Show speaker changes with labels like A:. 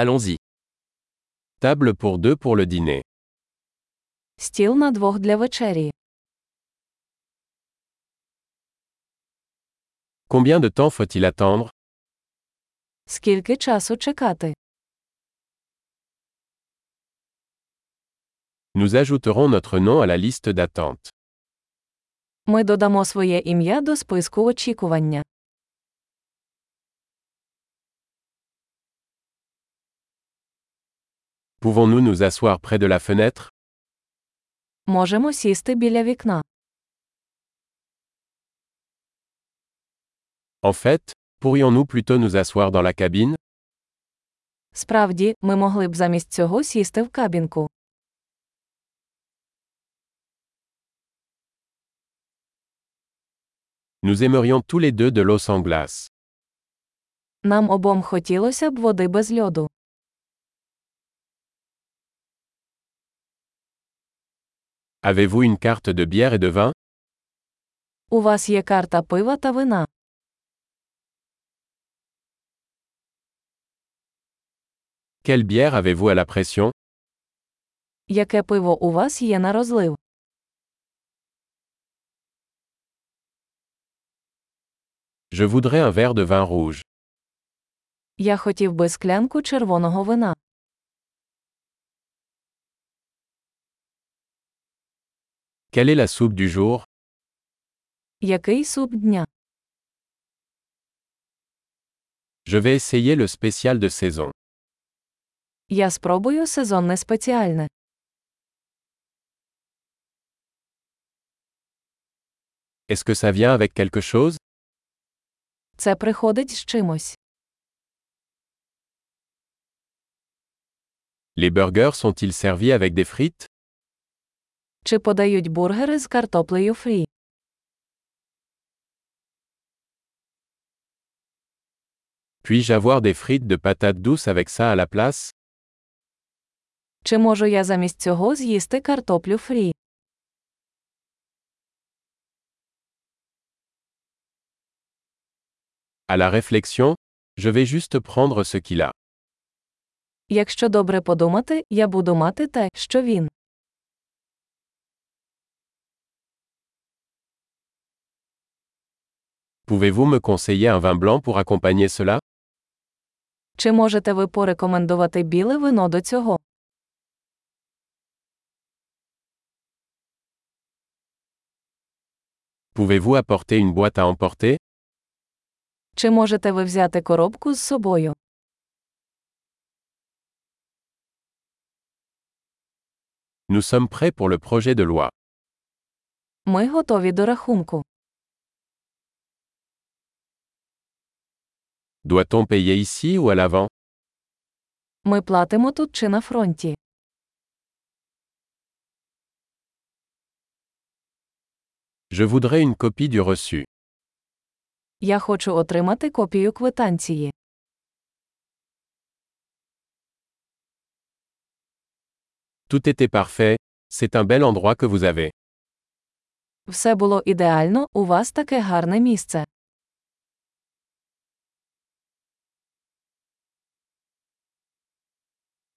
A: Allons-y. Table pour deux pour le dîner.
B: Стіл на двох для вечері.
A: Combien de temps faut-il attendre
B: Скільки часу чекати?
A: Nous ajouterons notre nom à la liste d'attente.
B: Ми додамо своє ім'я до списку очікування.
A: Pouvons-nous nous asseoir près de la fenêtre
B: Можемо сісти біля вікна.
A: En fait, pourrions-nous plutôt nous asseoir dans la cabine
B: Справді, ми могли б замість цього сісти в кабінку.
A: Nous aimerions tous les deux de l'eau sans glace.
B: Нам обом хотілося б води без льоду.
A: Avez-vous une carte de bière et de vin
B: У вас є карта пива та вина.
A: Quelle bière avez-vous à la pression
B: Яке пиво у вас є на розлив?
A: Je voudrais un verre de vin rouge.
B: Я хотів би склянку червоного вина.
A: Quelle est la soupe du jour
B: Який суп дня?
A: Je vais essayer le spécial de saison.
B: Я спробую сезонне спеціальне.
A: Est-ce que ça vient avec quelque chose
B: Це приходить з чимось.
A: Les burgers sont-ils servis avec des frites
B: Чи подають бургери з картоплею фрі?
A: Puis-je avoir des frites de patates douces avec ça à la place
B: Чи можу я замість цього з'їсти картоплю фрі?
A: À la réflexion, je vais juste prendre ce qu'il a.
B: Якщо добре подумати, я буду мати те, що він.
A: Pouvez-vous me conseiller un vin blanc pour accompagner cela
B: Чи можете ви порекомендувати біле вино до цього?
A: Pouvez-vous apporter une boîte à emporter
B: Чи можете ви взяти коробку з собою?
A: Nous sommes prêts pour le projet de loi.
B: Ми готові до рахунку.
A: Doit-on payer ici ou à l'avant
B: Ми платимо тут чи на фронті.
A: Je voudrais une copie du reçu.
B: Я хочу отримати копію квитанції.
A: Tout était parfait, c'est un bel endroit que vous avez.
B: Все було ідеально, у вас таке гарне місце.